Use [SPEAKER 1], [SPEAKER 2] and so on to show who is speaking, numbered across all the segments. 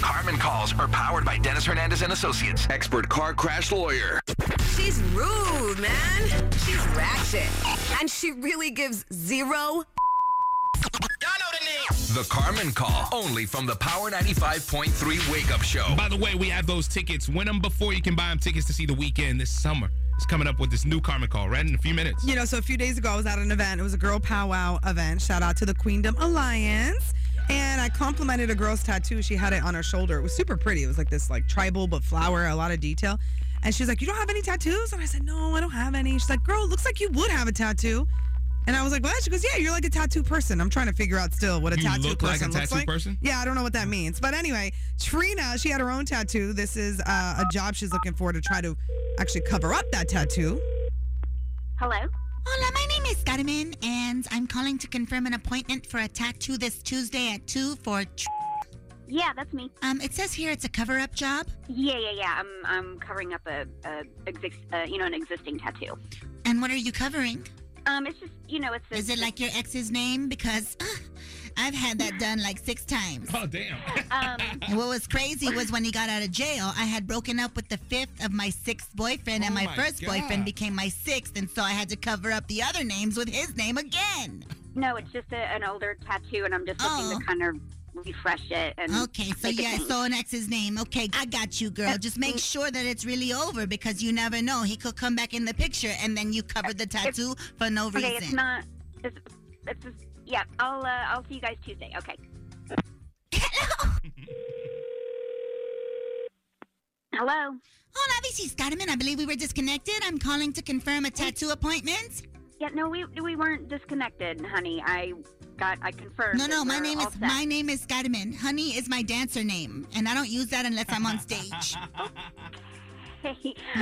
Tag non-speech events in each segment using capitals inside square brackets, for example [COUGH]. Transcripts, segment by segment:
[SPEAKER 1] Carmen calls are powered by Dennis Hernandez and Associates, expert car crash lawyer.
[SPEAKER 2] She's rude, man. She's ratchet. And she really gives zero.
[SPEAKER 1] The Carmen call only from the Power 95.3 Wake Up Show.
[SPEAKER 3] By the way, we have those tickets. Win them before you can buy them tickets to see the weekend this summer. It's coming up with this new Carmen call, right? In a few minutes.
[SPEAKER 4] You know, so a few days ago, I was at an event. It was a girl powwow event. Shout out to the Queendom Alliance. And I complimented a girl's tattoo. She had it on her shoulder. It was super pretty. It was like this, like tribal, but flower, a lot of detail. And she was like, "You don't have any tattoos?" And I said, "No, I don't have any." She's like, "Girl, it looks like you would have a tattoo." And I was like, "What?" She goes, "Yeah, you're like a tattoo person." I'm trying to figure out still what a
[SPEAKER 3] You
[SPEAKER 4] tattoo
[SPEAKER 3] look like a
[SPEAKER 4] person looks
[SPEAKER 3] tattoo
[SPEAKER 4] like.
[SPEAKER 3] person?
[SPEAKER 4] Yeah, I don't know what that means. But anyway, Trina, she had her own tattoo. This is uh, a job she's looking for to try to actually cover up that tattoo.
[SPEAKER 5] Hello.
[SPEAKER 6] Hola, my name is Carmen, and I'm calling to confirm an appointment for a tattoo this Tuesday at 2 for. Tr-
[SPEAKER 5] Yeah, that's me.
[SPEAKER 6] um, it says here it's a cover up job.
[SPEAKER 5] Yeah, yeah, yeah. I'm I'm covering up a, a, exist, uh, you know an existing tattoo.
[SPEAKER 6] And what are you covering?
[SPEAKER 5] Um, it's just you know it's. A,
[SPEAKER 6] Is it like your ex's name? Because ugh, I've had that done like six times.
[SPEAKER 3] Oh, damn.
[SPEAKER 5] Um,
[SPEAKER 6] And what was crazy was when he got out of jail, I had broken up with the fifth of my sixth boyfriend, and
[SPEAKER 3] Oh
[SPEAKER 6] my,
[SPEAKER 3] my
[SPEAKER 6] first boyfriend
[SPEAKER 3] God.
[SPEAKER 6] became my sixth, and so I had to cover up the other names with his name again.
[SPEAKER 5] no, it's just a, an older tattoo, and I'm just looking
[SPEAKER 6] Oh.
[SPEAKER 5] to kind of refresh it and.
[SPEAKER 6] Okay, so
[SPEAKER 5] make it
[SPEAKER 6] yeah,
[SPEAKER 5] clean.
[SPEAKER 6] so an ex's name. Okay, I got you,
[SPEAKER 5] Uh,
[SPEAKER 6] girl. Just make sure that it's really over because you never know. He could come back in the picture and then you covered the tattoo for no
[SPEAKER 5] okay,
[SPEAKER 6] reason.
[SPEAKER 5] it's not. It's it's just yeah. I'll uh, I'll see you guys Tuesday.
[SPEAKER 6] [LAUGHS]
[SPEAKER 5] Okay. Hello.
[SPEAKER 6] Hola, this is Carmen. I believe we were disconnected. I'm calling to confirm a tattoo appointment.
[SPEAKER 5] Yeah, no, we we weren't disconnected, honey. I got I confirmed.
[SPEAKER 6] No,
[SPEAKER 5] that
[SPEAKER 6] no, my
[SPEAKER 5] we're
[SPEAKER 6] name
[SPEAKER 5] all
[SPEAKER 6] is
[SPEAKER 5] set.
[SPEAKER 6] my name is Carmen. Honey is my dancer name, and I don't use that unless I'm on
[SPEAKER 5] [LAUGHS]
[SPEAKER 6] stage.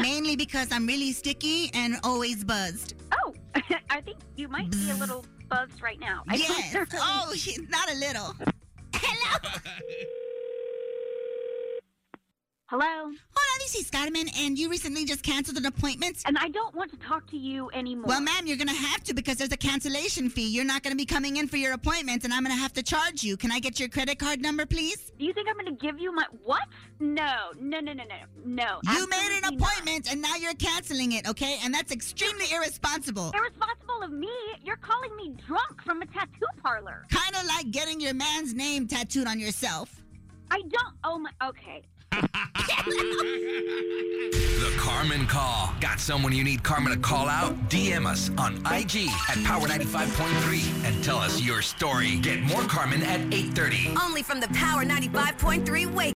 [SPEAKER 6] Mainly because I'm really sticky and always buzzed.
[SPEAKER 5] Oh, [LAUGHS] I think you might be a little buzzed right now. I think
[SPEAKER 6] Yes.
[SPEAKER 5] you're-
[SPEAKER 6] Oh, [LAUGHS] he- not a little. Hello.
[SPEAKER 5] Hello.
[SPEAKER 6] Hola, this is Carmen, and you recently just canceled an appointment.
[SPEAKER 5] And I don't want to talk to you anymore.
[SPEAKER 6] Well, ma'am, you're going to have to because there's a cancellation fee. You're not going to be coming in for your appointment, and I'm going to have to charge you. Can I get your credit card number, please?
[SPEAKER 5] Do you think I'm going to give you my what? No, no, no, no, no, no.
[SPEAKER 6] you made an
[SPEAKER 5] absolutely not.
[SPEAKER 6] appointment, and now you're canceling it, okay? And that's extremely irresponsible.
[SPEAKER 5] Irresponsible of me. You're calling me drunk from a tattoo parlor.
[SPEAKER 6] Kind of like getting your man's name tattooed on yourself.
[SPEAKER 5] I don't. Oh my. Okay.
[SPEAKER 1] The Carmen call. Got someone you need Carmen to call out? DM us on IG at Power 95.3 and tell us your story. Get more Carmen at 830.
[SPEAKER 2] Only from the Power 95.3 Wake.